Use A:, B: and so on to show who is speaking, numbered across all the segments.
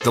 A: The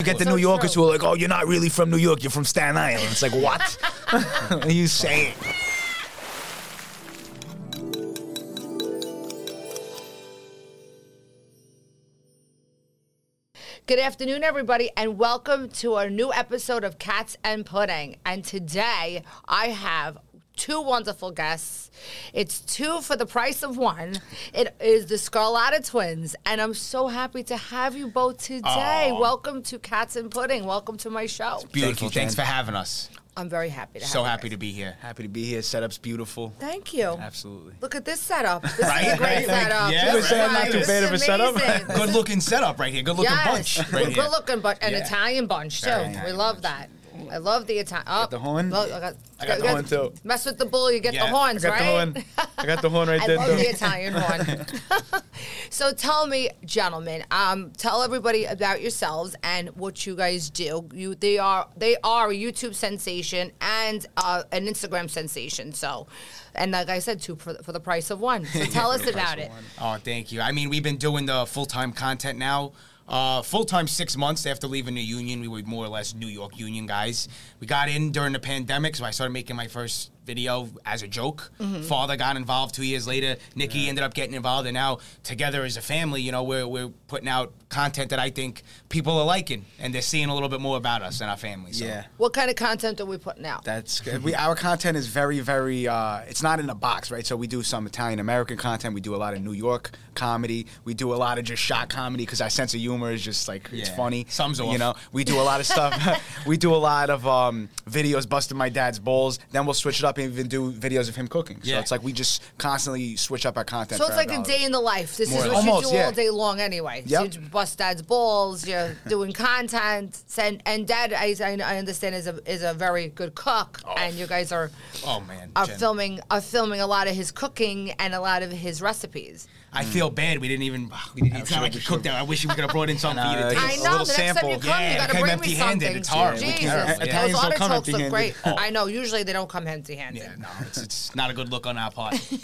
B: You get the New Yorkers who are like, oh, you're not really from New York, you're from Staten Island. It's like, what? what are you saying?
C: Good afternoon, everybody, and welcome to a new episode of Cats and Pudding. And today I have two wonderful guests. It's two for the price of one. It is the Scarlatta twins, and I'm so happy to have you both today. Welcome to Cats and Pudding. Welcome to my show.
D: Beautiful.
B: Thank you,
D: Thanks
B: Jen.
D: for having us.
C: I'm very happy to have
D: So
C: you
D: happy
C: guys.
D: to be here.
B: Happy to be here. Setup's beautiful.
C: Thank you.
D: Absolutely.
C: Look at this setup. This is a
D: Right?
C: great
D: Right?
C: setup.
D: Yeah,
C: This
D: you were
C: is
D: saying
C: nice.
D: not too
C: This
B: bad
C: is
B: of a setup.
C: amazing. This
D: Good looking setup right here. Good looking
C: Yes,
D: bunch right
C: a
D: here.
C: good looking bunch, an
D: Yeah.
C: Italian bunch too.
D: Italian
C: we love that. I love the Italian. Oh,
B: the horn?
C: Look, I got,
B: I got the horn, too.
C: Mess with the bull, you get the
D: Yeah,
C: horns,
B: I got
C: right?
B: the horn. I got the horn right
C: I
B: there.
C: love
B: though.
C: the Italian horn. so tell me, gentlemen, um, tell everybody about yourselves and what you guys do. You they are they are a YouTube sensation and uh, an Instagram sensation. So, and like I said, two for, for the price of one. So tell us about it.
D: Oh, thank you. I mean, we've been doing the full time content now. Uh, full time six months after leaving the union, we were more or less New York Union guys. We got in during the pandemic, so I started making my first video as a joke. Father got involved two years later. Nikki ended up getting involved, and now together as a family, you know, we're, we're putting out content that I think people are liking, and they're seeing a little bit more about us and our family. So.
B: Yeah.
C: What kind of content are we putting out?
B: That's good. we. Our content is very, very. Uh, it's not in a box, right? So we do some Italian American content. We do a lot of New York comedy. We do a lot of just shot comedy because our sense of humor is just like it's
D: Yeah.
B: funny.
D: Some's
B: You
D: off.
B: know, we do a lot of stuff. we do a lot of um, videos busting my dad's balls. Then we'll switch it up and even do videos of him cooking. So
D: Yeah.
B: it's like we just constantly switch up our content.
C: So
B: for
C: it's
B: our
C: like a
B: dollars.
C: day in the life. This
B: More
C: is
B: or
C: what
B: less.
C: you
B: Almost,
C: do
B: yeah.
C: all day long anyway. So
B: Yep.
C: you just bust dad's balls. You're doing content, and and dad, I, I I understand is a is a very good cook, and you guys are
D: Oh, man.
C: are
D: Jen.
C: filming are filming a lot of his cooking and a lot of his recipes.
D: I feel bad. We didn't even. ah, We didn't, it's not like you cooked that. I wish we could have brought in something for you to
B: Nah,
C: I
D: taste.
B: a
C: know.
B: little
C: The next time you
B: sample.
C: come,
D: Yeah,
C: you
D: I
C: got to
D: came
C: bring me
D: empty-handed.
C: something.
D: It's hard. We can't-
C: Jesus, those
B: Italians don't come
C: artichokes look great.
B: empty-handed.
C: I know. Usually they don't come empty-handed.
D: Yeah, no, it's, it's not a good look on our part.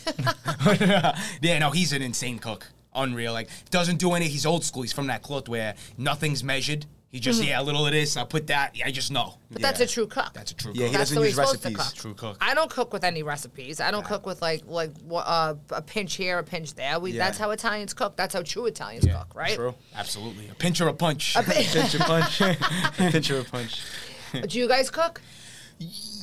D: yeah, no, he's an insane cook. Unreal. Like, doesn't do any. He's old school. He's from that cloth where nothing's measured. He just,
B: Mm-hmm.
D: yeah, a little of this, I'll put that. Yeah, I just know.
C: But that's a true cook.
D: That's a true
B: Yeah,
D: cook.
B: he
C: That's
B: doesn't
C: the way
B: use
C: you're supposed to
B: recipes.
C: cook.
D: True cook.
C: I don't cook with any recipes. I don't cook with like like wha- uh, a pinch here, a pinch there. We
B: Yeah.
C: that's how Italians cook. That's how true Italians
D: Yeah,
C: cook, right?
B: True.
D: Absolutely. A pinch or a punch.
B: Pinch a punch. Pinch or a punch.
C: Do you guys cook?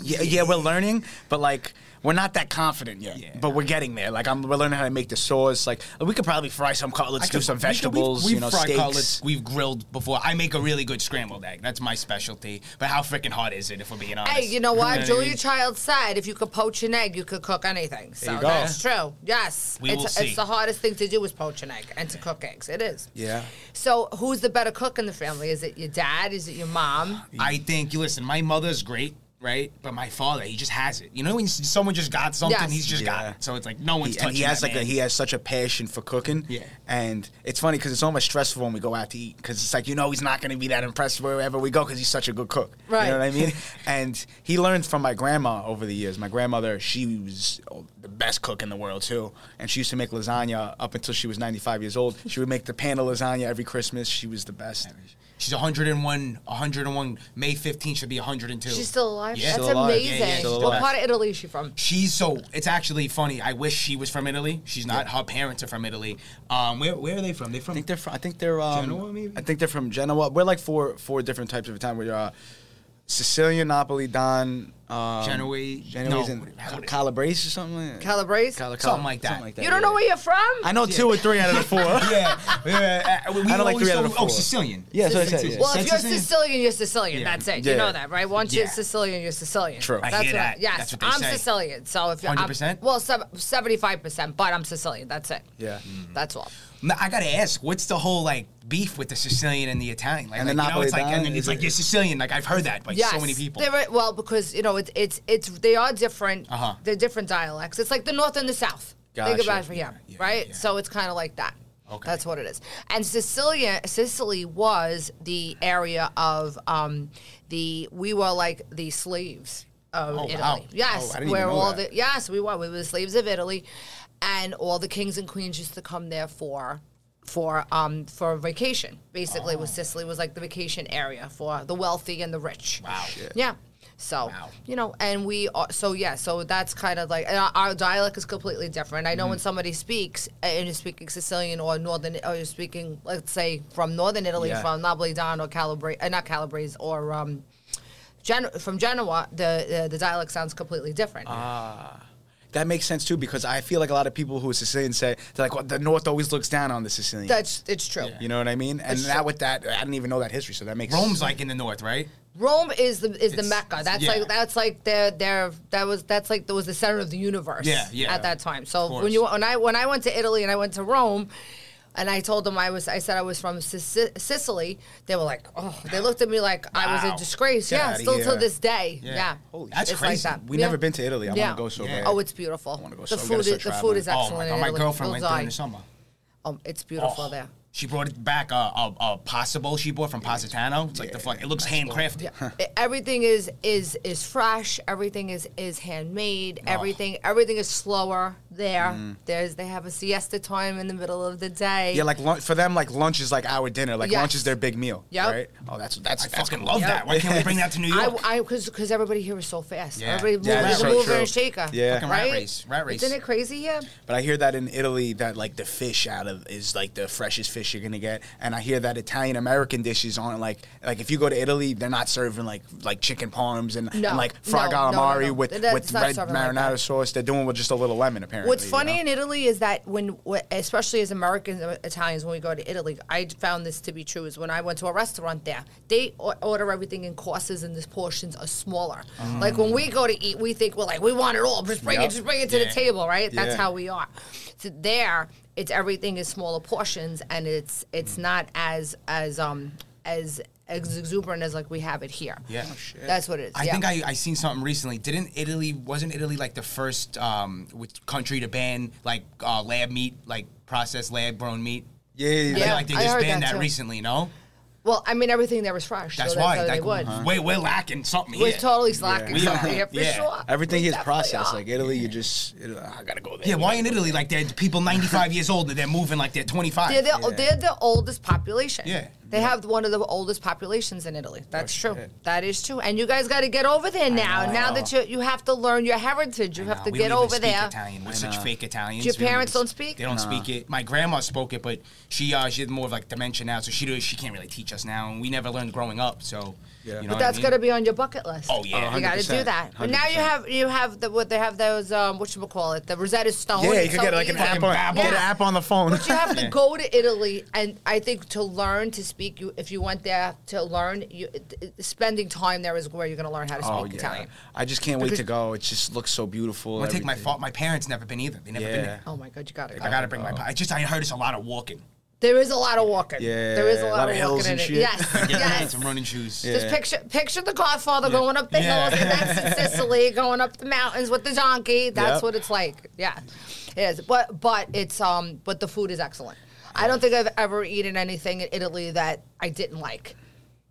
B: Yeah, yeah, we're learning, but like we're not that confident yet.
D: Yeah.
B: But we're getting there. Like I'm, we're learning how to make the sauce. Like we could probably fry some
D: I
B: cutlets, do
D: could-
B: some
D: we could- we've-
B: vegetables,
D: we've
B: you know,
D: fried
B: steaks.
D: cutlets, We've grilled before. I make a really good scrambled egg. That's my specialty. But how freaking hard is it, if we're being honest?
C: Hey, you know what?
D: I
C: Julia
D: mean?
C: Child said if you could poach an egg, you could cook anything. So
B: you go.
C: that's true. Yes.
D: We
C: it's
D: will see.
C: it's the hardest thing to do is poach an egg and to cook eggs. It is.
B: Yeah.
C: So who's the better cook in the family? Is it your dad? Is it your mom?
D: I think, you listen, my mother's great, right? But my father, he just has it. You know, when s- someone just got something,
C: Yes.
D: he's just
B: Yeah.
D: got it. So it's like no one's
B: He, and
D: touching
B: he has
D: that
B: like a,
D: man.
B: he has such a passion for cooking.
D: Yeah.
B: And it's funny because it's almost stressful when we go out to eat because it's like you know he's not going to be that impressed wherever we go because he's such a good cook.
C: Right.
B: You know what I mean? and he learned from my grandma over the years. My grandmother, she was oh, the best cook in the world too, and she used to make lasagna up until she was 95 years old. She would make the pan of lasagna every Christmas. She was the best.
D: She's 101, 101. May 15th should be 102.
C: She's still alive.
D: Yeah.
C: That's
B: Still alive.
C: amazing.
D: Yeah, yeah, still
C: what
B: alive.
C: part of Italy is she from?
D: She's so. It's actually funny. I wish she was from Italy. She's not. Her parents are from Italy. Um, where where are they from? They
B: I
D: from.
B: think they're from. I think they're um,
D: Genoa, maybe?
B: I think they're from Genoa. We're like four four different types of Italian. We're uh, Sicilian, Napoli, Don, um,
D: Genoa-
B: Genoese,
D: no,
B: and
D: how-
B: Calabrese or something. Like that.
C: Calabrese?
B: Cala-
D: Something like that.
C: you don't
B: yeah.
C: know where you're from?
B: I know two or three out of the four.
D: yeah, yeah. uh, we
B: I don't like
D: always
B: three out of
D: thought-
B: the
D: Oh,
B: four.
D: Sicilian.
B: Yeah, so I said. Yeah.
C: Well, if you're
D: Sicilian-
C: Sicilian, you're Sicilian.
D: Yeah.
C: That's it. You
B: Yeah.
C: know that, right? Once you're
D: Yeah.
C: Sicilian, you're Sicilian.
B: True. I
C: That's
D: hear
C: what
D: that.
C: yes,
D: That's what they
C: I'm
D: say.
C: Sicilian. So if you're I'm-
D: 100%?
C: well, seventy-five percent, but I'm Sicilian. That's it.
B: Yeah.
C: That's all.
D: Now, I gotta ask, what's the whole like beef with the Sicilian and the Italian. Like,
B: And the
D: like, you know,
B: Napoli
D: it's like, and
B: Italian
D: then
B: is
D: it's like
B: a-
D: you're Sicilian. Like I've heard that by so many people.
C: They're, well, because you know it's it's it's they are different.
D: Uh-huh.
C: They're different dialects. It's like the north and the south.
B: Gotcha.
C: Think about it for him,
D: Yeah,
C: right?
D: yeah.
C: So it's kind of like that.
D: Okay.
C: That's what it is. And Sicilia, Sicily was the area of um, the we were like the slaves of
D: Oh,
C: Italy.
D: wow.
C: Yes,
B: Oh, I didn't
C: where
B: even know
C: all
B: that.
C: the yes we were we were the slaves of Italy, and all the kings and queens used to come there for for um for vacation. Basically,
D: Oh.
C: was Sicily was like the vacation area for the wealthy and the rich.
D: Wow. Shit.
C: Yeah. So
D: Wow.
C: you know, and we are, so yeah, so that's kind of like and our, our dialect is completely different. I know
D: Mm-hmm.
C: when somebody speaks uh, and you're speaking Sicilian or northern, or you're speaking, let's say, from northern Italy,
B: Yeah.
C: from Napoli down or Calabria, uh, not Calabrese or um, Gen- from Genoa, the uh, the dialect sounds completely different.
B: That makes sense too because I feel like a lot of people who are Sicilian say they're like, well, the North always looks down on the Sicilian.
C: That's it's true.
B: you know what I mean? And that with that, I didn't even know that history, so that makes
D: Rome's like in the north, right?
C: Rome is the is the
D: It's-
C: Mecca.
D: it's-
C: That's
D: yeah.
C: like that's like their their that was that's like that was the center of the universe.
D: Yeah, yeah.
C: At that time,
D: Of
C: so when
D: course.
C: you when I when I went to Italy and I went to Rome, and I told them I was I said I was from Sic- Sicily, they were like, oh, they looked at me like I was
D: Wow.
C: a disgrace.
B: Get
C: yeah,
B: outta
C: still
B: here.
C: to this day. Yeah,
D: Yeah. Holy
C: it's like
D: shit. That's crazy.
C: that.
B: We've
C: Yeah.
B: never been to Italy. I
C: Yeah.
B: want to go so
D: Yeah.
B: bad.
C: Oh, it's beautiful.
B: wanna go
C: the
B: so- we
C: food
B: gotta
C: is,
B: start
C: the
B: traveling.
C: food is
B: Oh my
D: Oh my
C: excellent.
D: god,
C: in
D: my
C: Italy.
D: girlfriend
C: You'll
D: went there in
C: die.
D: the summer.
C: Um, it's beautiful
D: Oh,
C: there.
D: She brought it back a a, a possible she bought from Positano. It's like the fuck. It looks handcrafted.
C: Yeah. E- everything is is is fresh. Everything is is handmade. Everything everything is slower there. There's they have a siesta time in the middle of the day.
B: Yeah, Mm. like lun- for them, like lunch is like our dinner. Like lunch
C: Yes.
B: is their big meal.
C: Yep.
B: Right? Oh, that's that's
D: I
B: that's
D: fucking
B: cool.
D: love that. Why can't we bring that to New York?
C: I because because everybody here is so fast.
D: Yeah.
C: Everybody
B: Yeah,
C: moving,
B: that's so
C: mover
B: true.
C: and shaker.
B: Yeah. Fucking
D: rat
C: right.
D: race, rat race.
C: Isn't it crazy here?
B: But I hear that in Italy that like the fish out of is like the freshest fish you're gonna get, and I hear that Italian American dishes aren't like like if you go to Italy they're not serving like like chicken parms and,
C: No,
B: and like fried
C: no, no, no,
B: calamari
C: no.
B: with
C: That's
B: with
C: not
B: red
C: serving like
B: marinara
C: that.
B: sauce. They're doing with just a little lemon apparently.
C: What's
B: you
C: funny
B: know?
C: in Italy is that when, wh- especially as Americans, uh, Italians, when we go to Italy, I found this to be true. Is when I went to a restaurant there, they o- order everything in courses, and the portions are smaller.
D: Mm.
C: Like when we go to eat, we think we're like, we want it all. Just bring
B: Yep.
C: it, just bring it to
D: Yeah.
C: the table, right? That's
B: Yeah.
C: how we are. So there, it's everything is smaller portions, and it's
D: Mm.
C: it's not as as um as ex- exuberant as like we have it here.
D: Yeah. Oh, shit.
C: that's what it is.
D: I
C: yeah.
D: think I, I seen something recently. Didn't Italy wasn't Italy like the first um with country to ban like uh, lab meat, like processed lab grown meat?
B: Yeah, yeah,
D: I
B: yeah.
D: feel like they
C: I
D: just
C: heard
D: banned
C: that
D: that,
C: too.
D: recently, no?
C: Well, I mean, everything there was fresh.
D: That's
C: so
D: why.
C: That's how
D: like, uh-huh.
C: they would.
D: Wait, we're lacking something
C: We're
D: here.
C: totally slacking
D: We are.
C: something here for
D: Yeah.
C: sure.
B: Everything
C: We
B: is
C: definitely
B: processed.
C: are.
B: Like Italy, you just you know, "Ah, I gotta go there.
D: Yeah, why in Italy like they're people 95 years old and they're moving like they're 25?
C: They're the, they're the oldest population.
D: Yeah. Oh,
C: They have one of the oldest populations in Italy. That's true. That is true. And you guys got to get over there now.
D: know.
C: Now that you you have to learn your heritage, you
D: No,
C: have to
D: we
C: get
D: don't
C: over
D: even speak
C: there.
D: Italian. We're such fake Italians.
C: Your
D: We
C: parents
D: even-
C: don't speak?
D: They don't speak it. My grandma spoke it, but she uh, she had more of like dementia now, so she do, she can't really teach us now, and we never learned growing up. So
B: Yeah.
D: you
B: But
D: know what I
C: That's
D: mean?
C: going to be on your bucket list.
D: Oh, yeah.
C: you got to do
B: 100%.
C: that. But now you have you have the what they have those um what you call it the Rosetta Stone.
B: Yeah, you
C: It's
B: could
C: so
B: get like an
C: easy.
B: app on
D: Babel.
B: get an
C: Yeah.
B: app on the phone.
C: But you have to go to Italy, and I think to learn to speak, you if you want there to learn, you it- it- spending time there is where you're going to learn how to speak
B: oh yeah.
C: Italian.
B: I just can't wait
C: Because-
B: to go. It just looks so beautiful.
D: I'm gonna take my
B: everything.
D: fault. My parents never been either. They never been
B: Yeah.
D: there.
C: Oh my God, you got to
D: I
C: go.
D: gotta bring my. pa- I just I heard it's a lot of walking.
C: There is a lot of walking.
B: Yeah,
C: there is a lot, of,
B: hills
C: walking
B: and
C: in
B: shit.
C: it. Yes,
D: Getting around
C: yes.
D: some running shoes.
C: Just picture picture the Godfather going up the
D: Yeah.
C: hills, and that's in Sicily, going up the mountains with the donkey. That's
B: Yep.
C: what it's like. Yeah, it is. But but it's um but the food is excellent. I don't think I've ever eaten anything in Italy that I didn't like.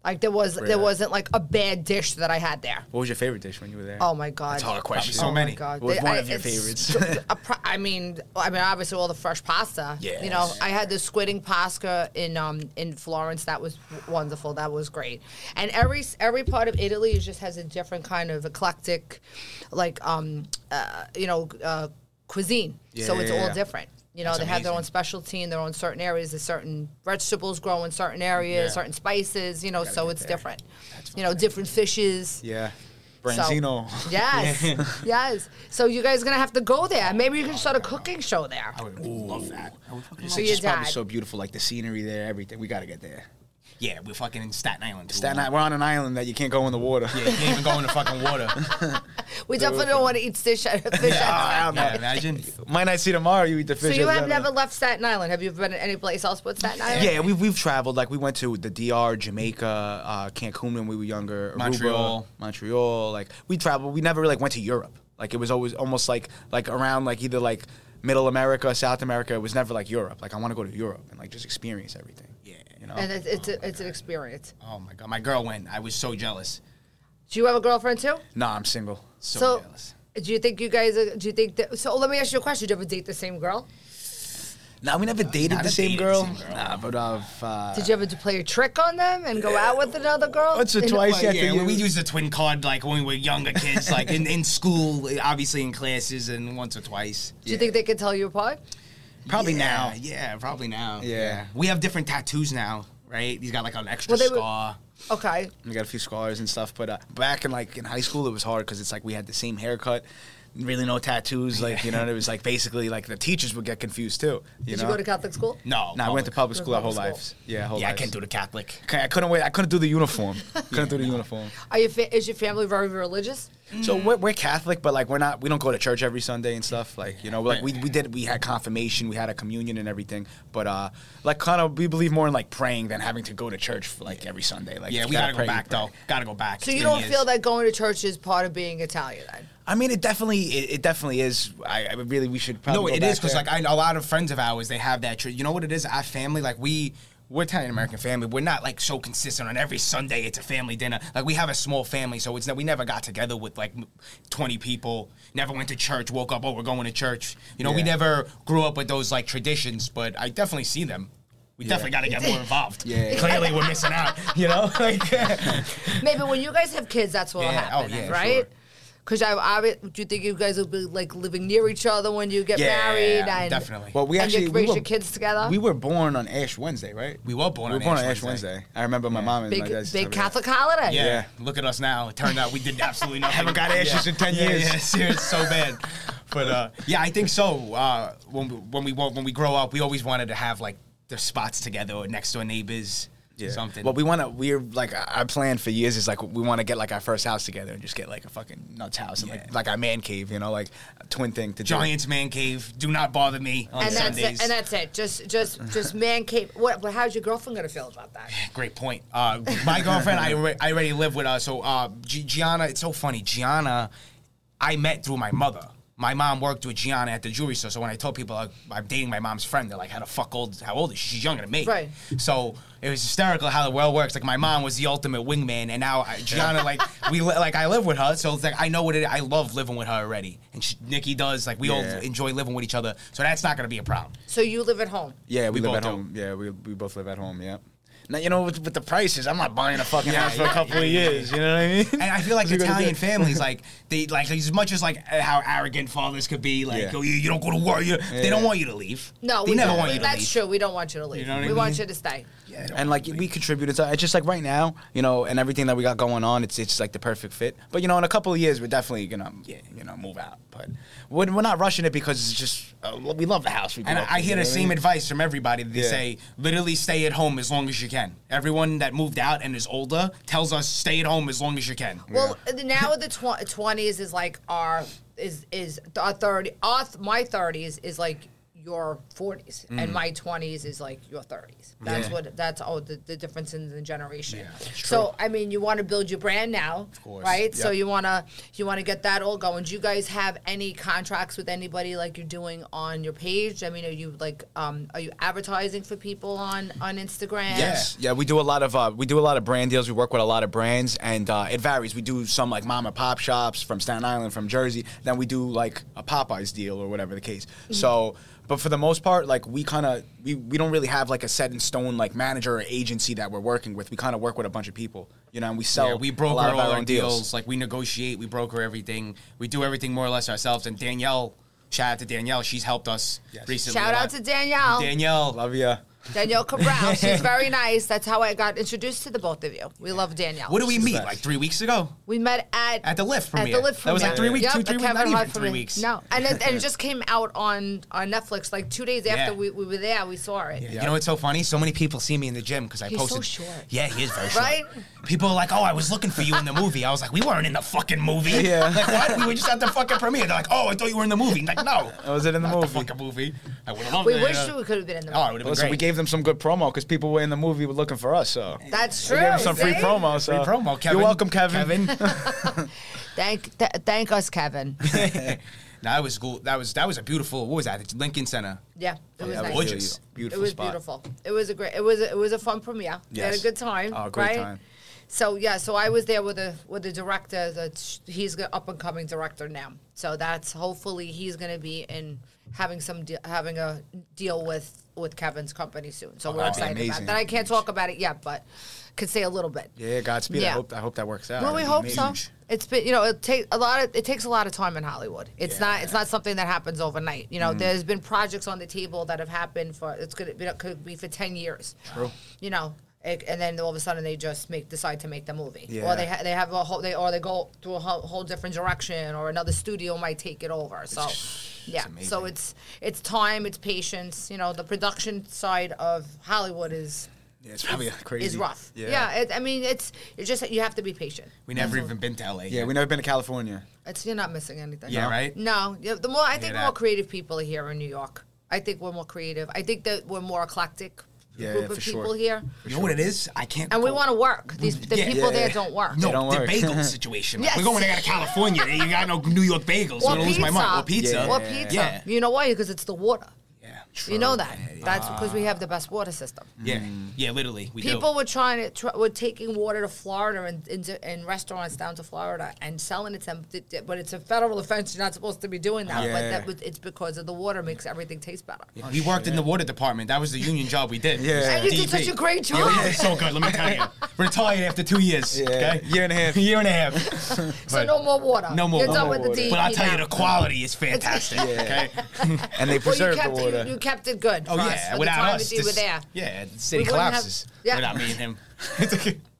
C: Like there was there
B: Really?
C: wasn't like a bad dish that I had there.
B: What was your favorite dish when you were there?
C: Oh my god!
B: That's a hard question.
D: so
C: oh
D: many.
C: My god.
B: What was
C: They-
B: one
C: I-
B: of your
C: it's-
B: favorites?
C: a pro- I mean, I mean, obviously all the fresh pasta. You know,
B: Yes.
C: I had the squidding pasta in um in Florence. That was w- wonderful. That was great. And every s- every part of Italy is- just has a different kind of eclectic, like um uh, you know uh, cuisine. so it's
B: Yeah.
C: all different. You know,
D: That's
C: they have their own
D: amazing.
C: specialty in their own certain areas. There's certain vegetables grow in certain areas,
D: Yeah.
C: certain spices. You know, so
B: get
C: it's
B: there.
C: different. you know, different fishes.
B: yeah,
C: So-
B: branzino.
C: Yes, yes. So you guys are gonna have to go there. Maybe you can start a cooking show there.
D: I would love that. I would fucking
B: It's,
C: For
D: love
C: your
B: just probably
C: dad.
B: so beautiful, like the scenery there, everything. We gotta get there.
D: that. Yeah, we're fucking in Staten Island. Too.
B: Staten Island, we're on an island that you can't go in the water.
D: Yeah, you can't even go in the fucking water.
C: We definitely don't want to eat fish out of fish out
B: I
C: of
B: don't know.
D: imagine.
B: Might not see tomorrow. You eat the
C: So
B: fish.
C: you
B: I
C: have
B: don't know.
C: never left Staten Island. Have you been any place else but Staten Island?
B: Yeah, we've we've traveled. Like we went to the DR, Jamaica, uh, Cancun when we were younger, Aruba,
D: Montreal.
B: Montreal. Like we traveled. We never like went to Europe. Like it was always almost like like around like either like Middle America, or South America. It was never like Europe. Like I want to go to Europe and like just experience everything. Yeah, you know.
C: And it's it's, a, it's an experience.
D: Oh my god, my girl went. I was so jealous.
C: Do you have a girlfriend too?
B: nah, I'm single.
D: So, jealous.
C: do you think you guys? Are, do you think that? So let me ask you a question. Did you ever date the same girl?
B: Nah, we never dated,
D: Not
B: the, same
D: dated the
B: girl.
D: same girl.
B: Nah, but I've. Uh,
C: Did you ever play a trick on them and go out with another girl?
B: once or
C: And-
B: twice,
D: Well,
B: yeah. I
D: yeah,
B: think
D: we-
B: it
D: we
B: was-
D: used the twin card like when we were younger kids, like in, in school, obviously in classes, and once or twice.
C: Do you think they can tell you apart?
B: probably
D: Yeah,
B: now.
D: Yeah, probably now.
B: Yeah.
D: we have different tattoos now, right? He's got like an extra
C: Well, they were-
D: scar.
C: Okay.
B: We got a few scars and stuff, but uh, back in like in high school, it was hard because it's like we had the same haircut, really no tattoos, like you know. and it was like basically like the teachers would get confused too. You
C: Did
B: know?
C: you go to Catholic school?
D: No,
B: No, I went to public
D: public.
B: school our whole
C: Public
B: lives.
C: school.
B: Yeah, whole
D: Yeah, I
B: lives.
D: can't do the Catholic.
B: Okay, I couldn't wait. I couldn't do the uniform. couldn't do the uniform.
C: Are your fa- is your family very religious?
B: So we're, we're Catholic, but like we're not. We don't go to church every Sunday and stuff. Like you know, like we, we did. We had confirmation. We had a communion and everything. But uh, like kind of, we believe more in like praying than having to go to church for like every Sunday. Like
D: Yeah,
B: if
D: we
B: you
D: gotta,
B: pray,
D: go back
B: pray.
D: though. Gotta go back.
C: So
D: It's
C: you
D: been
C: don't
D: years.
C: feel that going to church is part of being Italian. Then?
B: I mean, it definitely, it, it definitely is. I, I really, we should probably.
D: No,
B: go
D: it
B: back
D: is because
B: there.
D: like I a lot of friends of ours they have that. Tra- you know what it is? Our family, like we. We're Italian American family. We're not like so consistent on every Sunday. It's a family dinner. Like we have a small family, so it's that we never got together with like m- twenty people. Never went to church. Woke up. Oh, we're going to church. You know, we
B: Yeah.
D: never grew up with those like traditions. But I definitely see them. We definitely got to get more involved.
B: Yeah.
D: Clearly, we're missing out. You know, like
C: Maybe when you guys have kids, that's what'll
D: Yeah, oh,
C: happen, then,
D: yeah,
C: right?
D: sure.
C: Because I, I, would- do you think you guys will be like living near each other when you get
D: Yeah,
C: married? and
D: definitely.
B: Well, we
C: and you
B: actually
C: raise
B: we were,
C: your kids together.
B: We were born on Ash Wednesday, right?
D: We were born
B: we
D: on
B: were born
D: Ash
B: on Ash
D: Wednesday.
B: Wednesday. I remember my mom and
C: big
B: my dad's
C: big Catholic holiday.
D: Yeah.
B: Yeah.
D: Look at us now. It turned out we did absolutely nothing.
B: Haven't got ashes in 10
D: Yeah,
B: years.
D: Yeah, serious, so bad. But uh, yeah, I think so. Uh, when we, when we wa- when we grow up, we always wanted to have like the spots together or next door neighbors, something.
B: Well, we want to. We're like our plan for years is like we want to get like our first house together and just get like a fucking nuts house and like
D: Yeah.
B: like our man cave, you know, like a twin thing to do.
D: Giants man cave. Do not bother me on
C: And that's
D: Sundays.
C: it. And that's it. Just, just, just man cave. What? But how's your girlfriend gonna feel about that?
D: Great point. Uh, my girlfriend, I, alre- I already live with her. So uh, G- Gianna, it's so funny. Gianna, I met through my mother. My mom worked with Gianna at the jewelry store. So when I tell people like, I'm dating my mom's friend, they're like, "How the fuck old? How old is she? She's younger than me."
C: Right.
D: So it was hysterical how the world works. Like my mom was the ultimate wingman, and now I, Gianna, like we, li- like I live with her. So it's like I know what it. I love living with her already, and she, Nikki does. Like we all
B: Yeah.
D: enjoy living with each other. So that's not gonna be a problem.
C: So you live at home.
B: Yeah, we,
D: We
B: live
D: both
B: at
D: do.
B: home. Yeah, we, we both live at home. Yeah. Now you know with, with the prices, I'm not buying a fucking house for a couple of years. You know what I mean?
D: And I feel like
B: What you gonna
D: Italian
B: do?
D: families, like they like as much as like eh, how arrogant fathers could be, like
B: Yeah.
D: oh, you, you don't go to work, you, they don't want you to leave.
C: No,
D: they
C: we
D: never
C: don't.
D: want
C: We-
D: you to
C: that's
D: leave.
C: true. We don't want you to leave.
D: know what
C: we
D: I
C: want
D: mean?
C: you to stay.
D: Yeah, they don't
B: and
D: want
B: like
D: you to
B: we
D: leave.
B: contributed to it's just like right now you know and everything that we got going on it's it's like the perfect fit but you know in a couple of years we're definitely gonna yeah, you know move out but we're, we're not rushing it because it's just uh, we love the house we
D: And
B: grew up
D: I, I
B: in,
D: hear
B: you know
D: the
B: what I
D: same
B: mean?
D: advice from everybody. They
B: Yeah.
D: say literally stay at home as long as you can. Everyone that moved out and is older tells us stay at home as long as you can.
C: Well, the- now the twenties is like our is is our thirty. Our, th- my thirties is like your forties, and my twenties is like your thirties. That's
D: Mm. Yeah.
C: what that's all the, the difference in the generation.
D: Yeah, that's
C: so I mean, you want to build your brand now,
D: course.
C: right? So
B: Yep.
C: you wanna you want to get that all going. Do you guys have any contracts with anybody like you're doing on your page? I mean, are you like um are you advertising for people on on Instagram?
B: Yes. Yeah, we do a lot of uh, we do a lot of brand deals. We work with a lot of brands, and uh, it varies. We do some like mom and pop shops from Staten Island, from Jersey. Then we do like a Popeyes deal or whatever the case.
C: Mm-hmm.
B: So, but for the most part, like we kind of we, we don't really have like a set in stone like manager or agency that we're working with. We kind of work with a bunch of people, you know, and we sell.
D: Yeah, we
B: a
D: broker
B: lot of
D: all our
B: own
D: deals. Like we negotiate, we broker everything. We do everything more or less ourselves. And Danielle, shout out to Danielle, she's helped us recently.
C: Shout
D: a
C: out
D: lot.
C: to Danielle.
D: Danielle.
B: Love ya.
C: Danielle Cabral. She's very nice. That's how I got introduced to the both of you. We love Danielle.
D: What do we
B: the
D: meet?
B: best.
D: Like three weeks ago?
C: We met at
D: At the Lyft
C: At
D: premiere.
C: the lift premiere.
D: That was like three weeks- two,
C: at
D: three weeks-
C: Kevin
D: not
C: Hart
D: even three
C: premiere.
D: weeks.
C: No, and it, and it just came out on on Netflix like two days after
D: Yeah.
C: we, we were there. We saw it.
D: You know what's so funny? So many people see me in the gym because I
C: He's so
D: posted.
C: short.
D: Yeah, he is very short.
C: Right?
D: People are like, "Oh, I was looking for you in the movie." I was like, "We weren't in the fucking movie."
B: Yeah.
D: Like, what? We were just at the fucking premiere. They're like, "Oh, I thought you were in the movie." Like, no,
B: I was in the
D: not
B: movie.
D: The fucking movie. I would have loved
C: We
D: it.
C: wish we could have been in the.
D: Oh, it would have been
B: Listen,
D: great.
B: we gave them some good promo because people were in the movie were looking for us. So
C: That's
B: we
C: true.
B: gave them some free
C: see?
B: promo. So
D: Free promo, Kevin.
B: You're welcome, Kevin.
D: Kevin.
C: Thank th- thank us, Kevin.
D: Nah, that was cool. That was that was a beautiful. What was that? The Lincoln Center.
C: Yeah, it was
D: Yeah,
C: nice.
D: gorgeous.
C: It
B: Beautiful
C: was
B: spot.
C: beautiful. It was a great. It was a, it was a fun premiere. We had a
B: Yes.
C: good time.
B: Oh, great
C: right?
B: time.
C: So yeah, so I was there with the with the director. That he's an up and coming director now. So that's hopefully he's going to be in having some de- having a deal with with Kevin's company soon. So we're
B: Oh, that'd be
C: excited about
B: amazing.
C: that. I can't talk about it yet, but could say a little bit.
B: Yeah, Godspeed.
C: Yeah.
B: I hope I hope that works out.
C: Well, we
B: That'd be
C: hope so.
B: amazing.
C: It's been, you know, it take a lot of it takes a lot of time in Hollywood. It's not it's not something that happens overnight. You know, there's been projects on the table that have happened for it's gonna be, could be for ten years. True. You know, it, and then all of a sudden they just make decide to make the movie, or they
B: Yeah.
C: ha- they have a whole they or they go through a whole, whole different direction, or another studio might take it over. So. Yeah, so
D: amazing.
C: it's it's time, it's patience. You know, the production side of Hollywood is
B: Yeah, it's probably crazy.
C: is rough. Yeah,
B: Yeah.
C: it, I mean, it's you just you have to be patient.
D: We never even been to LA.
B: Yeah, we never been to California.
C: It's you're not missing anything.
D: Yeah, right?
C: No, yeah, the more I think
D: that.
C: more creative people are here in New York. I think we're more creative. I think that we're more eclectic
B: Yeah,
C: group
B: yeah,
C: of
B: for
C: people
B: sure.
C: here,
D: You know what it is? I can't.
C: and we
D: go-
C: want to work. These the
D: Yeah,
C: people
B: yeah,
C: there
B: yeah.
C: don't work.
D: No,
B: They don't
D: the
B: work.
D: bagel situation. Like,
C: Yes.
D: We're going out of California. You got no New York bagels.
C: Or
D: I'm gonna lose
C: pizza.
D: my mind. Or pizza.
C: Or pizza.
D: Yeah.
C: You know why? Because it's the water.
D: Yeah.
C: You know that. That's because we have the best water system.
D: Yeah. Yeah. Literally, we
C: People
D: do.
C: were trying to tr- were taking water to Florida and into and restaurants down to Florida and selling it to them, th- th- but it's a federal offense. You're not supposed to be doing that. But
B: Yeah.
C: that was, it's because of the water makes everything taste better.
D: We worked in the water department. That was the union job we did.
B: Yeah.
C: And you did
D: DP.
C: such a great job.
D: Yeah, we did so good. Let me tell you, retired after two years.
B: Yeah,
D: okay?
B: year and a half.
D: year and a half.
C: So
D: But-
C: no more water.
D: No more
C: You're
D: water.
C: done with the DEP
D: But I tell you,
C: now.
D: the quality is fantastic. Okay.
B: And they
C: Well, you
B: preserve
C: kept
B: the
C: it.
B: water.
C: You, you kept it good.
D: Oh
C: for us
D: yeah.
C: for
D: Without
C: the time
D: us,
C: that you were
D: this-
C: there.
D: yeah, the city
C: We wouldn't have-
D: collapses
C: yeah.
D: without me and him.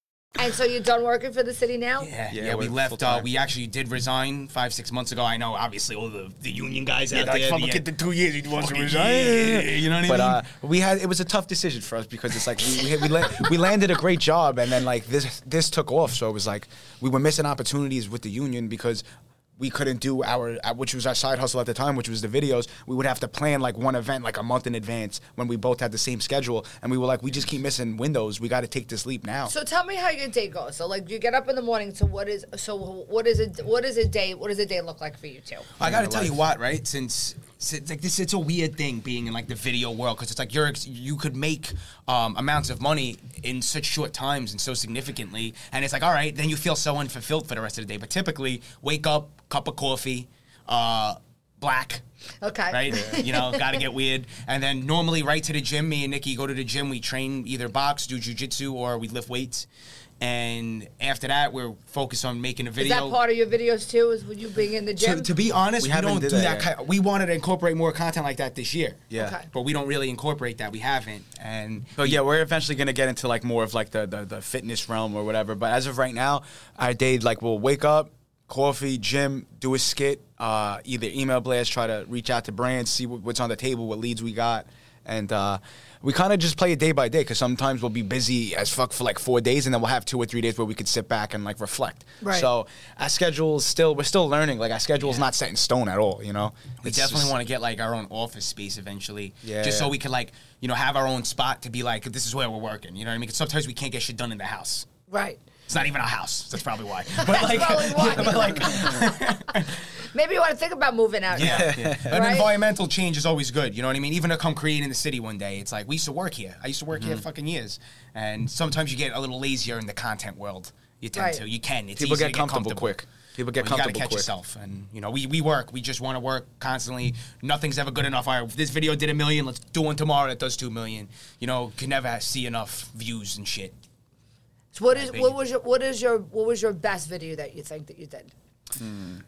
C: And so you're done working for the city now?
D: Yeah, yeah,
B: Yeah,
D: we
B: we're
D: left. Uh,
B: full-time.
D: we actually did resign five, six months ago. I know, obviously, all the, the union guys out there. the-
B: two years. He wants
D: to resign.
B: You know what I mean? But uh, we had it was a tough decision for us because it's like we we, we, la- we landed a great job and then like this this took off. So it was like we were missing opportunities with the union because. We couldn't do our, uh, which was our side hustle at the time, which was the videos. We would have to plan like one event like a month in advance when we both had the same schedule, and we were like, we just keep missing windows. We got to take this leap now.
C: So tell me how your day goes. So like you get up in the morning. So what is so what is it? What is a day? What does a day look like for you two?
D: I gotta tell you what, right? Since, since like this, it's a weird thing being in like the video world because it's like you're ex- you could make um, amounts of money in such short times and so significantly, and it's like all right, then you feel so unfulfilled for the rest of the day. But typically, wake up, cup of coffee, uh, black.
C: Okay.
D: Right? You know, gotta get weird. And then normally right to the gym, me and Nikki go to the gym, we train either box, do jujitsu, or we lift weights. And after that, we're focused on making a
C: Is
D: video.
C: that part of your videos too? Is when you being in the gym?
D: To, to be honest,
B: We
D: we,
B: haven't
D: don't do
B: did
D: that.
B: that yet.
D: kind we wanted to incorporate more content like that this year.
B: Yeah.
C: Okay.
D: But we don't really incorporate that. We haven't. And
B: But yeah, we're eventually gonna get into like more of like the, the the fitness realm or whatever. But as of right now, our day like we'll wake up, coffee, gym, do a skit, uh, either email blast, try to reach out to brands, see what, what's on the table, what leads we got, and uh, we kind of just play it day by day because sometimes we'll be busy as fuck for like four days, and then we'll have two or three days where we could sit back and like reflect.
C: Right.
B: So our schedule is still we're still learning. Like our schedule is not set in stone at all. You know,
D: we definitely want to get like our own office space eventually.
B: Yeah,
D: Just so
B: yeah.
D: we could like, you know, have our own spot to be like, this is where we're working. You know what I mean? 'Cause sometimes we can't get shit done in the house.
C: right.
D: It's not even our house. That's probably why. But like,
C: probably why.
D: but like,
C: Maybe you want to think about moving out.
D: Yeah.
C: now.
D: An
C: Right?
D: environmental change is always good. You know what I mean? Even to come create in the city one day, it's like we used to work here. I used to work
B: Mm-hmm.
D: here fucking years. And sometimes you get a little lazier in the content world. You tend
C: Right.
D: to. You can. It's
B: People
D: easy
B: get
D: to
B: comfortable
D: get comfortable
B: quick. People get comfortable
D: Well, You gotta catch
B: quick.
D: yourself. And you know, we, we work. We just want to work constantly. Nothing's ever good enough. All right, this video did a million. Let's do one tomorrow that does two million. You know, can never see enough views and shit.
C: So what is what was your what is your what was your best video that you think that you did?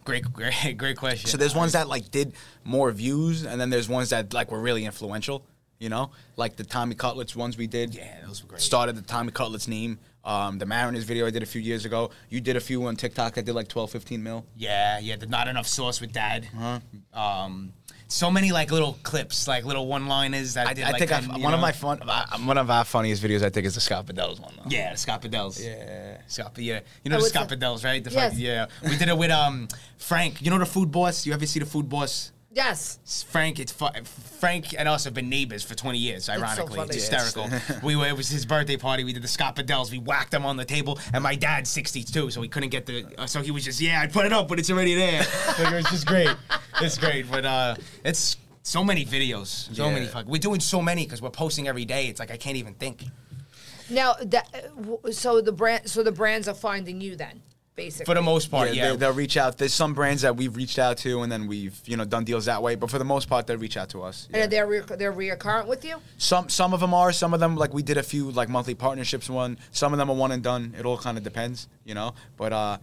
D: Great, great, great question.
B: So there's ones that like did more views, and then there's ones that like were really influential. You know, like the Tommy Cutlets ones we did.
D: Yeah, those were great.
B: Started the Tommy Cutlets name. Um, the Mariners video I did a few years ago. You did a few on TikTok that did like 12, 15 mil.
D: Yeah, yeah, the not enough sauce with dad. Um, so many like little clips, like little one-liners that
B: I,
D: I did.
B: I
D: like,
B: think I've,
D: 10,
B: one
D: you
B: of
D: know?
B: my fun, I, one of our funniest videos I think is the Scott Bedell's one. Though.
D: Yeah, the Scott Bedell's.
B: Yeah.
D: Scott, yeah. You know
C: Oh,
D: the
C: it's
D: Scott
C: a-
D: Bedell's, right? The
C: Yes.
D: fuck- yeah. We did it with um Frank. You know the food boss? You ever see the food boss?
C: Yes.
D: It's Frank, it's fu- Frank and us have been neighbors for 20 years.
C: so
D: Ironically,
C: funny.
D: it's hysterical. we were, it was his birthday party. We did the Scott Bedell's. We whacked them on the table, and my dad's 62, so he couldn't get the. Uh, so he was just, yeah, I put it up, but it's already there. like, it was just great. It's great, but uh, it's so many videos, so many.
B: Yeah.
D: Fuck, we're doing so many because we're posting every day. It's like I can't even think.
C: Now that uh, w- so the brand so the brands are finding you then basically.
D: For the most part, yeah.
B: Yeah, They, they'll reach out. There's some brands that we've reached out to, and then we've you know done deals that way. But for the most part, they reach out to us.
C: and they're reoc- they're reoccurrent with you.
B: Some some of them are. Some of them like we did a few like monthly partnerships. One. Some of them are one and done. It all kind of depends, you know. But uh,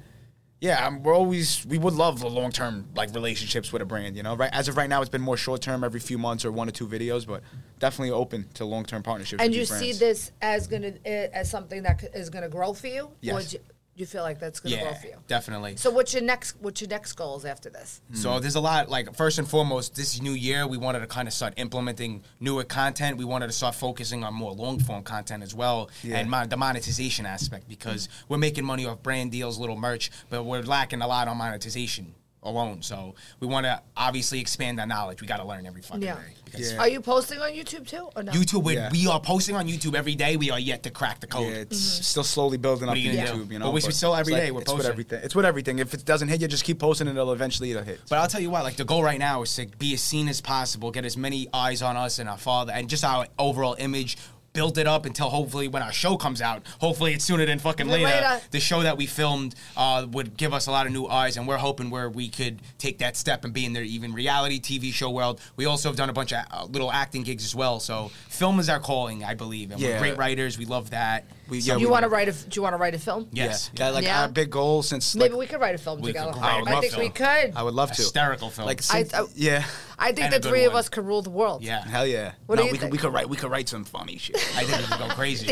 B: yeah, um we're always we would love the long term like relationships with a brand, you know. Right as of right now, it's been more short term, every few months or one or two videos, but definitely open to long term partnerships.
C: And
B: with
C: you
B: these
C: see
B: brands.
C: this as gonna uh, as something that c- is gonna grow for you. Or
B: Yes.
C: do you, you feel like that's gonna grow
D: yeah,
C: for you.
D: definitely.
C: So what's your next what's your next goals after this?
D: So there's a lot. Like first and foremost, this new year we wanted to kind of start implementing newer content. We wanted to start focusing on more long form content as well, and mon- the monetization aspect because we're making money off brand deals, little merch, but we're lacking a lot on monetization alone. So we want to obviously expand our knowledge. We got to learn every fucking
C: Yeah.
D: day. because
C: Are you posting on YouTube too or no?
D: YouTube, we-
B: Yeah.
D: we are posting on YouTube every day. We are yet to crack the
B: Yeah,
D: code.
B: it's
C: Mm-hmm.
B: still slowly building up
D: are you
B: the
D: gonna do?
B: YouTube, you know.
D: But we still every
B: every
D: day, we're
B: it's with
D: posting.
B: everything. It's with everything. If it doesn't hit you, just keep posting and it'll eventually it'll hit.
D: But I'll tell you what, like the goal right now is to be as seen as possible, get as many eyes on us and our father, and just our overall image. Build it up until hopefully when our show comes out, hopefully it's sooner than fucking later.
C: Later.
D: The show that we filmed uh, would give us a lot of new eyes, and we're hoping where we could take that step and be in the even reality TV show world. We also have done a bunch of uh, little acting gigs as well. So film is our calling, I believe, and we're
B: Yeah.
D: great writers. We love that.
B: We- yeah,
C: you
B: we-
C: want to write a f- do you want to write a film?
D: yes,
B: Yeah, that, like
C: Yeah.
B: our big goal since
C: Maybe
B: like,
C: we could write a film
D: we
C: together.
D: could- I
C: I,
D: would love
C: think
D: to.
C: we could.
B: I would love to
D: Hysterical film.
B: Like
C: I-
B: since,
C: I-
B: yeah,
C: I
D: And
C: think
D: a
C: the
D: good
C: three of
D: one.
C: us could rule the world.
D: yeah,
B: hell yeah.
C: What do
B: no,
C: you
B: we could,
C: think?
B: we could write we could write some funny shit.
D: I think we could go crazy.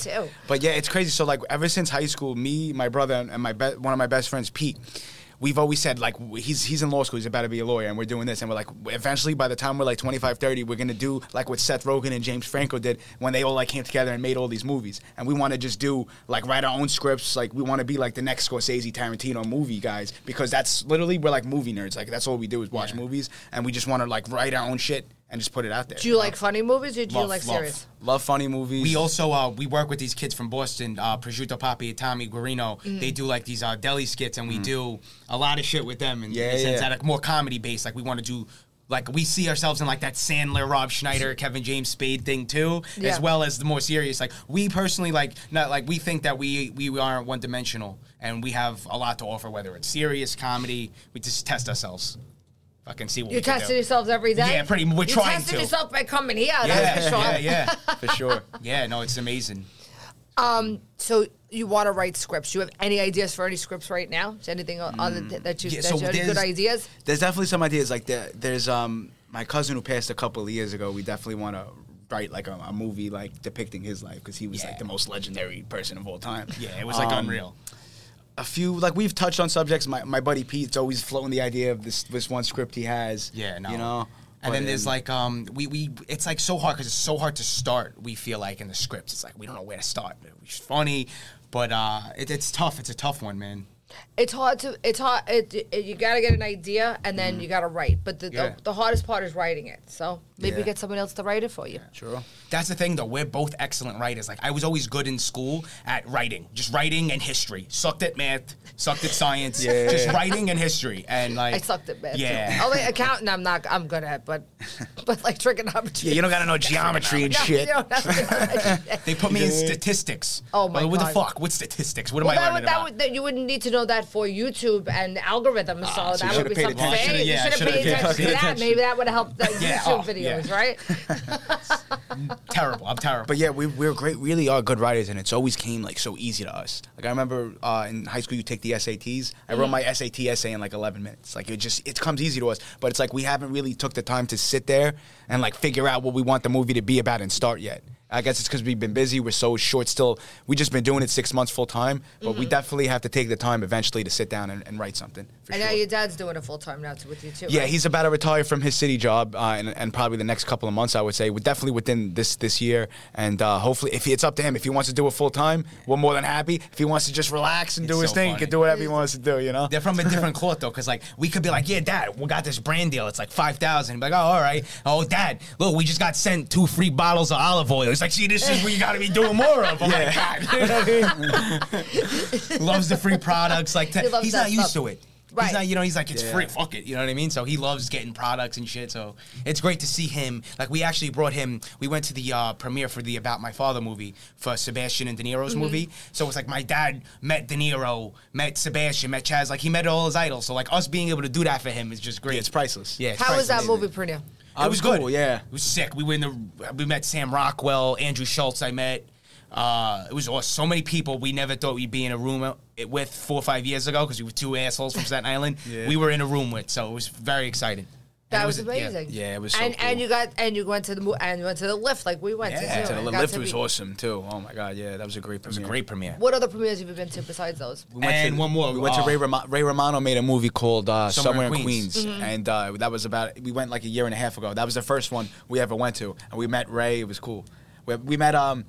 C: Too.
B: But yeah, it's crazy. So like ever since high school, me, my brother, and and my be- one of my best friends, Pete. We've always said like w- he's he's in law school, he's about to be a lawyer, and we're doing this, and we're like eventually by the time we're like 25, 30, we're gonna do like what Seth Rogen and James Franco did when they all like came together and made all these movies, and we want to just do like write our own scripts, like we want to be like the next Scorsese, Tarantino movie guys, because that's literally we're like movie nerds, like that's all we do is watch movies, and we just want to like write our own shit and just put it out there.
C: Do you like funny movies or do you
D: Love,
C: like
D: love.
C: serious?
B: love funny movies?
D: We also uh, we work with these kids from Boston, uh, Prosciutto Papi, Tommy Guarino.
C: Mm.
D: They do like these uh, deli skits, and we do a lot of shit with them. And
B: Mm. Yeah,
D: in a sense
B: yeah.
D: that are more comedy based. Like we want to do. Like we see ourselves in like that Sandler, Rob Schneider, Kevin James Spade thing too,
C: Yeah.
D: as well as the more serious. Like we personally like not like we think that we we aren't one dimensional and we have a lot to offer. Whether it's serious comedy, we just test ourselves, fucking see what
C: You
D: we can
C: tested
D: do.
C: yourselves every day.
D: Yeah, pretty- we're
C: you
D: trying
C: tested
D: to.
C: yourself by coming here.
D: Yeah,
C: That's for sure.
D: yeah, yeah,
B: for sure.
D: yeah. No, it's amazing.
C: So you want to write scripts? Do you have any ideas for any scripts right now? Is anything other th- that you
D: Mm. Yeah,
C: that
D: so
C: you have any good
D: there's-
C: ideas?
B: there's definitely some ideas like that. There's um my cousin who passed a couple of years ago. We definitely want to write like a, a movie like depicting his life because he was
D: Yeah.
B: like the most legendary person of all time.
D: Yeah, it was like
B: Um,
D: unreal.
B: A few like we've touched on subjects. My my buddy Pete's always floating the idea of this this one script he has.
D: Yeah, no.
B: you know. But,
D: And then there's like um we, we it's like so hard because it's so hard to start. We feel like in the scripts, it's like we don't know where to start. It's funny, but uh it, it's tough. It's a tough one, man.
C: It's hard to. It's hard. It, it- you got to get an idea and then you got to write. But the,
D: Mm. Yeah.
C: the the hardest part is writing it. So maybe
B: Yeah.
C: get someone else to write it for you.
B: Sure.
D: That's the thing, though. We're both excellent writers. Like I was always good in school at writing, just writing and history. Sucked at math, sucked at science,
B: Yeah.
D: just writing and history. And like
C: I sucked at math.
D: Yeah,
C: Too. Oh. Only accounting I'm not. I'm good at, but but like trigonometry.
B: Yeah, you don't gotta know geometry and
C: No,
B: shit.
C: you don't have to-
D: they put me in statistics.
C: Oh, my
D: Like, what
C: God.
D: the fuck? What statistics? What
C: Well,
D: am
C: that
D: I learning
C: would, that
D: about?
C: would, that you wouldn't need to know that for YouTube and algorithms, so
B: Ah, so you
C: that would
B: should've
C: be
B: paid
C: something.
B: attention.
C: Hey,
D: Yeah,
C: you should have
D: should've
C: paid
D: paid
C: attention to that.
B: attention.
C: Maybe that would help the
D: Yeah,
C: YouTube
D: oh, yeah.
C: videos, right?
D: terrible. I'm terrible.
B: But yeah, we, we're great, really are good writers, and it's always came like so easy to us. Like I remember uh, in high school, you take the SATs. I wrote my SAT essay in like 11 minutes. Like it just it comes easy to us, but it's like we haven't really took the time to sit there and like figure out what we want the movie to be about and start yet. I guess it's because we've been busy. We're so short still. We just been doing it six months full time, but we definitely have to take the time eventually to sit down and, and write something. For
C: And
B: sure.
C: now your dad's doing it full time now too, with you too.
B: Yeah,
C: right?
B: he's about to retire from his city job, uh, and, and probably the next couple of months, I would say, Would definitely within this this year. And uh, hopefully, if he, it's up to him, if he wants to do it full time, we're more than happy. If he wants to just relax and do
D: It's
B: his
D: so
B: thing, he can
D: funny.
B: do whatever he wants to do. You know,
D: They're from a different cloth though, because like we could be like, yeah, Dad, we got this brand deal. It's like five thousand. Like, oh, all right. Oh, Dad, look, we just got sent two free bottles of olive oil. It's like, see, this is what you got to be doing more of. Oh my God. You know what I mean? loves the free products. Like,
C: He loves
D: he's
C: that
D: not used
C: stuff.
D: to it.
C: Right.
D: He's not, you know, he's like, it's
B: Yeah.
D: free, fuck it. You know what I mean? So he loves getting products and shit. So it's great to see him. Like, we actually brought him, we went to the uh, premiere for the About My Father movie for Sebastian and De Niro's movie. So it's like my dad met De Niro, met Sebastian, met Chaz. Like, he met all his idols. So, like, us being able to do that for him is just great.
B: Yeah, it's priceless.
D: Yeah. it's
C: How was that
D: priceless.
C: movie premiere?
B: Uh,
D: It was
B: it was
D: good.
B: cool, yeah.
D: It was sick. We were in the, we met Sam Rockwell, Andrew Schultz, I met. Uh, it was awesome. So many people we never thought we'd be in a room uh, with four or five years ago because we were two assholes from Staten Island.
B: Yeah.
D: We were in a room with, so it was very exciting. And
C: That
D: it
C: was,
D: yeah.
C: amazing.
B: Yeah, it was so
C: and and
B: cool.
C: you got and you went to the mo- and you went to the lift like we went
D: Yeah,
C: to. too,
D: to
B: the
C: and got
B: lift
C: to
B: was
C: be-
B: awesome too. Oh my god, yeah, that was a great.
D: It was a great premiere.
C: What other premieres have you been to besides those?
B: We went
D: And
B: to,
D: one more,
B: We went
D: uh,
B: to Ray, Ramo- Ray Romano made a movie called uh, Somewhere,
D: Somewhere in
B: in Queens,
D: Queens.
C: Mm-hmm.
B: and uh, that was about. We went like a year and a half ago. That was the first one we ever went to, and we met Ray. It was cool. We, we met um.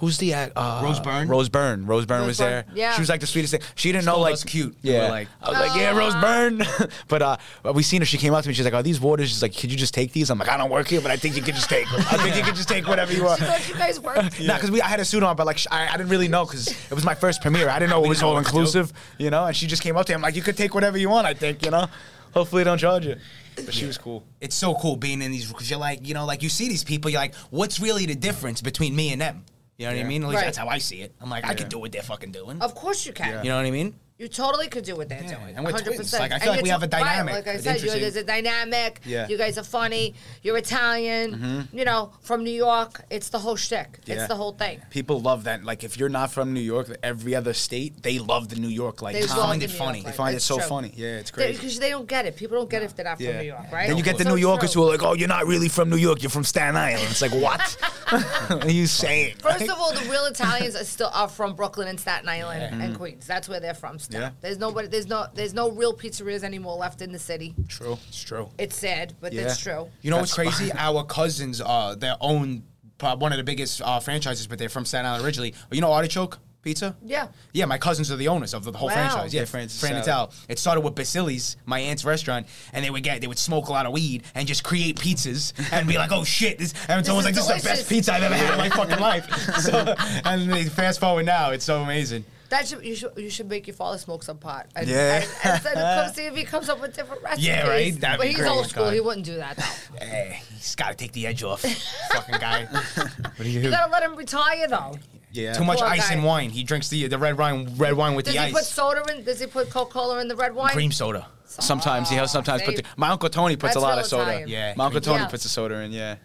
B: Who's the act- uh,
D: Rose Byrne?
B: Rose Byrne. Rose Byrne
C: Rose
B: was
C: Byrne,
B: there.
C: yeah.
B: She was like the sweetest thing. She didn't know
D: Still
B: like
D: us cute. We
B: Yeah.
D: were like-
B: I was like, yeah, Rose Byrne. but uh, we seen her. She came up to me. She's like, are these waters? She's like, could you just take these? I'm like, I don't work here, but I think you could just take. Them. I think you could just take whatever you want.
C: Don't you guys worked?
B: No, because we I had a suit on, but like sh- I, I didn't really know because it was my first premiere. I didn't know it was
D: know
B: all
D: what to do.
B: inclusive, you know. And she just came up to him like, "You could take whatever you want." I think, you know. Hopefully, they don't charge you. But she was cool.
D: It's so cool being in these because you're like, you know, like you see these people, you're like, what's really the difference between me and them? You know what I
B: Yeah.
D: mean? At least
C: Right. Oh.
D: that's how I see it. I'm like, I could do what they're fucking doing.
C: Of course you can.
D: You know what I mean?
C: You totally could do what they're
D: Yeah,
C: doing.
D: and we're
C: 100%.
D: twins. Like, I
C: And
D: feel like
C: you're
D: we have a
C: to- right,
D: dynamic.
C: Like I
D: It's
C: said, you're,
D: interesting.
C: there's a dynamic.
B: Yeah. Mm-hmm.
C: You guys are funny. You're Italian. You know, from New York. It's the whole shtick.
B: Yeah.
C: It's the whole thing.
B: People love that. Like, if you're not from New York, every other state, they love the New York. Like,
C: They
B: comedy.
C: love
D: find
C: the
D: it
C: New
D: funny.
C: York
B: They
C: life.
B: find
C: It's
B: it so
C: true.
B: funny. Yeah, it's
C: They-
B: crazy.
C: Because they don't get it. People don't get it if they're not from New York, right?
B: Then you get the
C: So
B: New
C: true.
B: Yorkers who are like, "Oh, you're not really from New York. You're from Staten Island." It's like, what? what are you saying?
C: First of all, the real Italians are still are from Brooklyn and Staten Island and Queens. That's where they're from. Still,
B: Mm-hmm. Yeah.
C: there's nobody, there's no, there's no real pizzerias anymore left in the city.
B: true. It's true.
C: It's sad, but
B: Yeah.
C: it's true.
D: You know what's crazy? Our cousins, uh, their own prob- one of the biggest uh, franchises, but they're from Staten Island originally. You know Artichoke Pizza?
C: Yeah.
D: Yeah, my cousins are the owners of the whole
C: Wow.
D: franchise. Yeah,
B: Yeah,
D: Fran
B: Fran's
D: and
B: Salad.
D: Tal. It started with Basili's, my aunt's restaurant, and they would get they would smoke a lot of weed and just create pizzas and be like, oh shit, this and someone's like,
C: is
D: this is the
C: delicious.
D: best pizza I've ever had in my fucking life. So, and they fast forward now, it's so amazing.
C: That should you should you should make your father smoke some pot. And,
B: Yeah.
C: And, and send him come see if he comes up with different recipes.
D: Yeah, right? That'd
C: but
D: be
C: he's
D: great.
C: old school.
D: God.
C: He wouldn't do that. Though.
D: Hey, he's got to take the edge off, fucking guy.
C: you gotta let him retire though.
B: Yeah.
D: Too much
C: Poor
D: ice
C: guy.
D: and wine. He drinks the the red wine red wine with
C: Does
D: the
C: he
D: ice.
C: put soda in? Does he put Coca Cola in the red wine?
D: Cream soda.
B: Sometimes he has. Sometimes put.
C: They-
B: The, my uncle Tony puts
C: That's
B: a lot
C: real
B: of soda.
C: Italian.
D: Yeah.
B: My uncle Tony
C: Yeah.
B: puts the soda in. Yeah.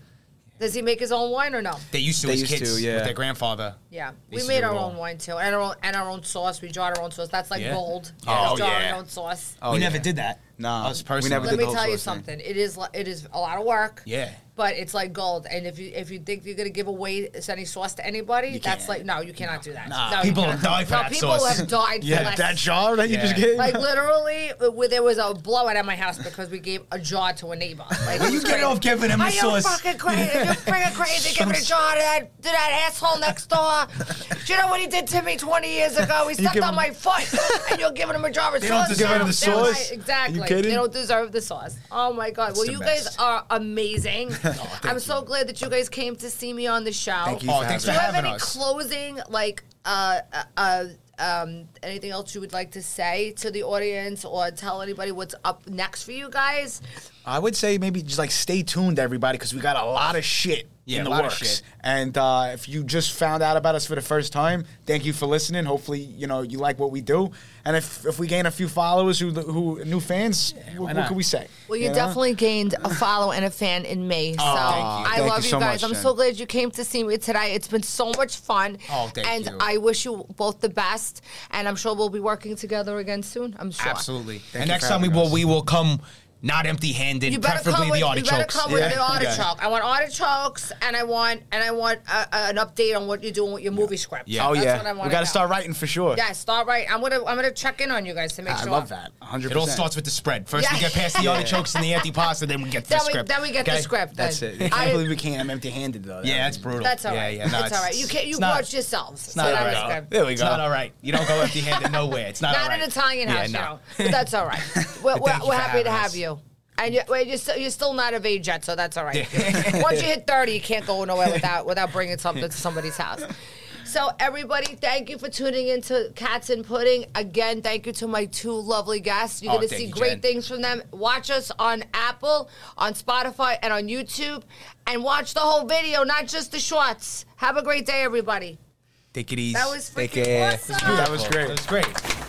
C: Does he make his own wine or no?
D: They used to
B: They
D: as
B: used
D: kids
B: to, yeah.
D: with their grandfather.
C: Yeah,
D: They
C: we
D: used to
C: made
D: do it
C: our
D: all.
C: own wine too, and our own and our own sauce. We jarred our own sauce. That's like
D: Yeah.
C: gold.
D: Oh,
C: We jarred
D: yeah. Oh,
C: our own sauce.
D: we never did that.
B: Oh, Nah,
D: us personally.
B: we never
C: Let
B: did
C: me
B: the whole
C: tell you
B: source thing.
C: something. It is li- it is a lot of work.
D: Yeah.
C: But it's like gold, and if you if you think you're gonna give away any sauce to anybody, that's
D: can't.
C: like no, you cannot do that.
D: Nah,
C: No, you
D: people
C: cannot.
D: die for
C: no,
D: that
C: people
D: sauce.
C: have died for
B: Yeah,
C: less.
B: that jar that you just
D: Yeah.
B: gave.
C: Like literally, uh, where there was a blowout at my house because we gave a jar to a neighbor. Like,
D: Well, you get off giving him
C: Are
D: the
C: you
D: sauce.
C: fucking crazy? You're freaking crazy giving a jar to that, to that asshole next door. Do you know what he did to me 20 years ago? He stepped
B: give
C: on
B: him-
C: my foot, and you're giving him a jar of
D: They don't
C: sauce.
D: deserve
C: now.
D: the
C: They're
B: sauce.
C: right,
B: You
C: Exactly.
B: kidding?
C: They don't deserve the sauce. Oh my god. well,
D: the
C: you guys
D: best. Oh,
C: are amazing. I'm so glad that you guys came to see me on the show.
B: Thank you
D: Oh, thanks
B: Do
C: Do
D: for
C: you have
D: having
C: any
D: us.
C: closing, like, uh, uh, uh, um, anything else you would like to say to the audience or tell anybody what's up next for you guys?
B: I would say maybe just like stay tuned, everybody, because we got a lot of shit
D: Yeah,
B: in
D: a
B: the
D: lot of
B: works.
D: shit.
B: And uh, if you just found out about us for the first time, thank you for listening. Hopefully, you know you like what we do. And if if we gain a few followers who who new fans, wh- what,
D: not?
B: can we say?
C: Well, you,
B: know?
C: definitely gained a follow and a fan in me. So
D: Oh, thank you.
C: I
B: Thank
C: love
B: you
C: you,
B: so
C: guys.
B: much,
C: I'm
B: Jen.
C: so glad you came to see me today. It's been so much fun.
D: Oh, thank
C: and
D: you.
C: I wish you both the best. And I'm sure we'll be working together again soon. I'm sure.
D: Absolutely.
B: you
D: and next
B: for
D: time we
B: having
D: will,
B: us.
D: we will come not empty-handed,
C: You better
D: preferably
C: come with you
D: the
C: better
D: artichokes.
C: come with the
B: Yeah.
C: artichoke. I want artichokes, and I want and I want uh, uh, an update on what you're doing with your movie script.
D: Yeah.
B: Oh
C: That's
B: yeah,
C: what I
B: we
C: wanna
B: got to
C: know.
B: start writing for sure.
C: Yeah, start right. I'm gonna I'm gonna check in on you guys to make
B: I
C: sure.
B: love that. 100.
D: It all starts with the spread. First, we
C: Yeah.
D: get past the artichokes and the antipasta, then we get to
C: Then
D: the
C: we,
D: script.
C: then we get the
D: okay?
C: script. Then.
B: That's it. I
C: I-
B: can't believe we can't. I'm empty-handed though.
D: Yeah, that's brutal.
C: That's all right.
D: Yeah, yeah, no,
C: it's all right. You can't. You
D: it's not-
C: watch yourselves. It's
D: not all right.
B: There we
D: It's
B: go.
D: not all right. You don't go empty-handed nowhere. It's not,
C: Not
D: all right.
C: an Italian house,
D: yeah,
C: yeah,
D: no.
C: But that's all right. We're, we're,
D: Thank you
C: we're
D: for
C: happy to
D: having
C: have
D: us.
C: you. And you're, well, you're, still, you're still not of age yet, so that's all right. Once you hit 30, you can't go nowhere without, without bringing something to somebody's house. So, everybody, thank you for tuning in to Cats and Pudding. Again, thank you to my two lovely guests. You're
D: Oh,
C: going to
D: thank
C: see
D: you,
C: great
D: Jen.
C: things from them. Watch us on Apple, on Spotify, and on YouTube. And watch the whole video, not just the shorts. Have a great day, everybody.
D: Take it easy.
C: That was
D: Take
C: freaking
D: care.
C: awesome.
B: That was great.
D: That was great.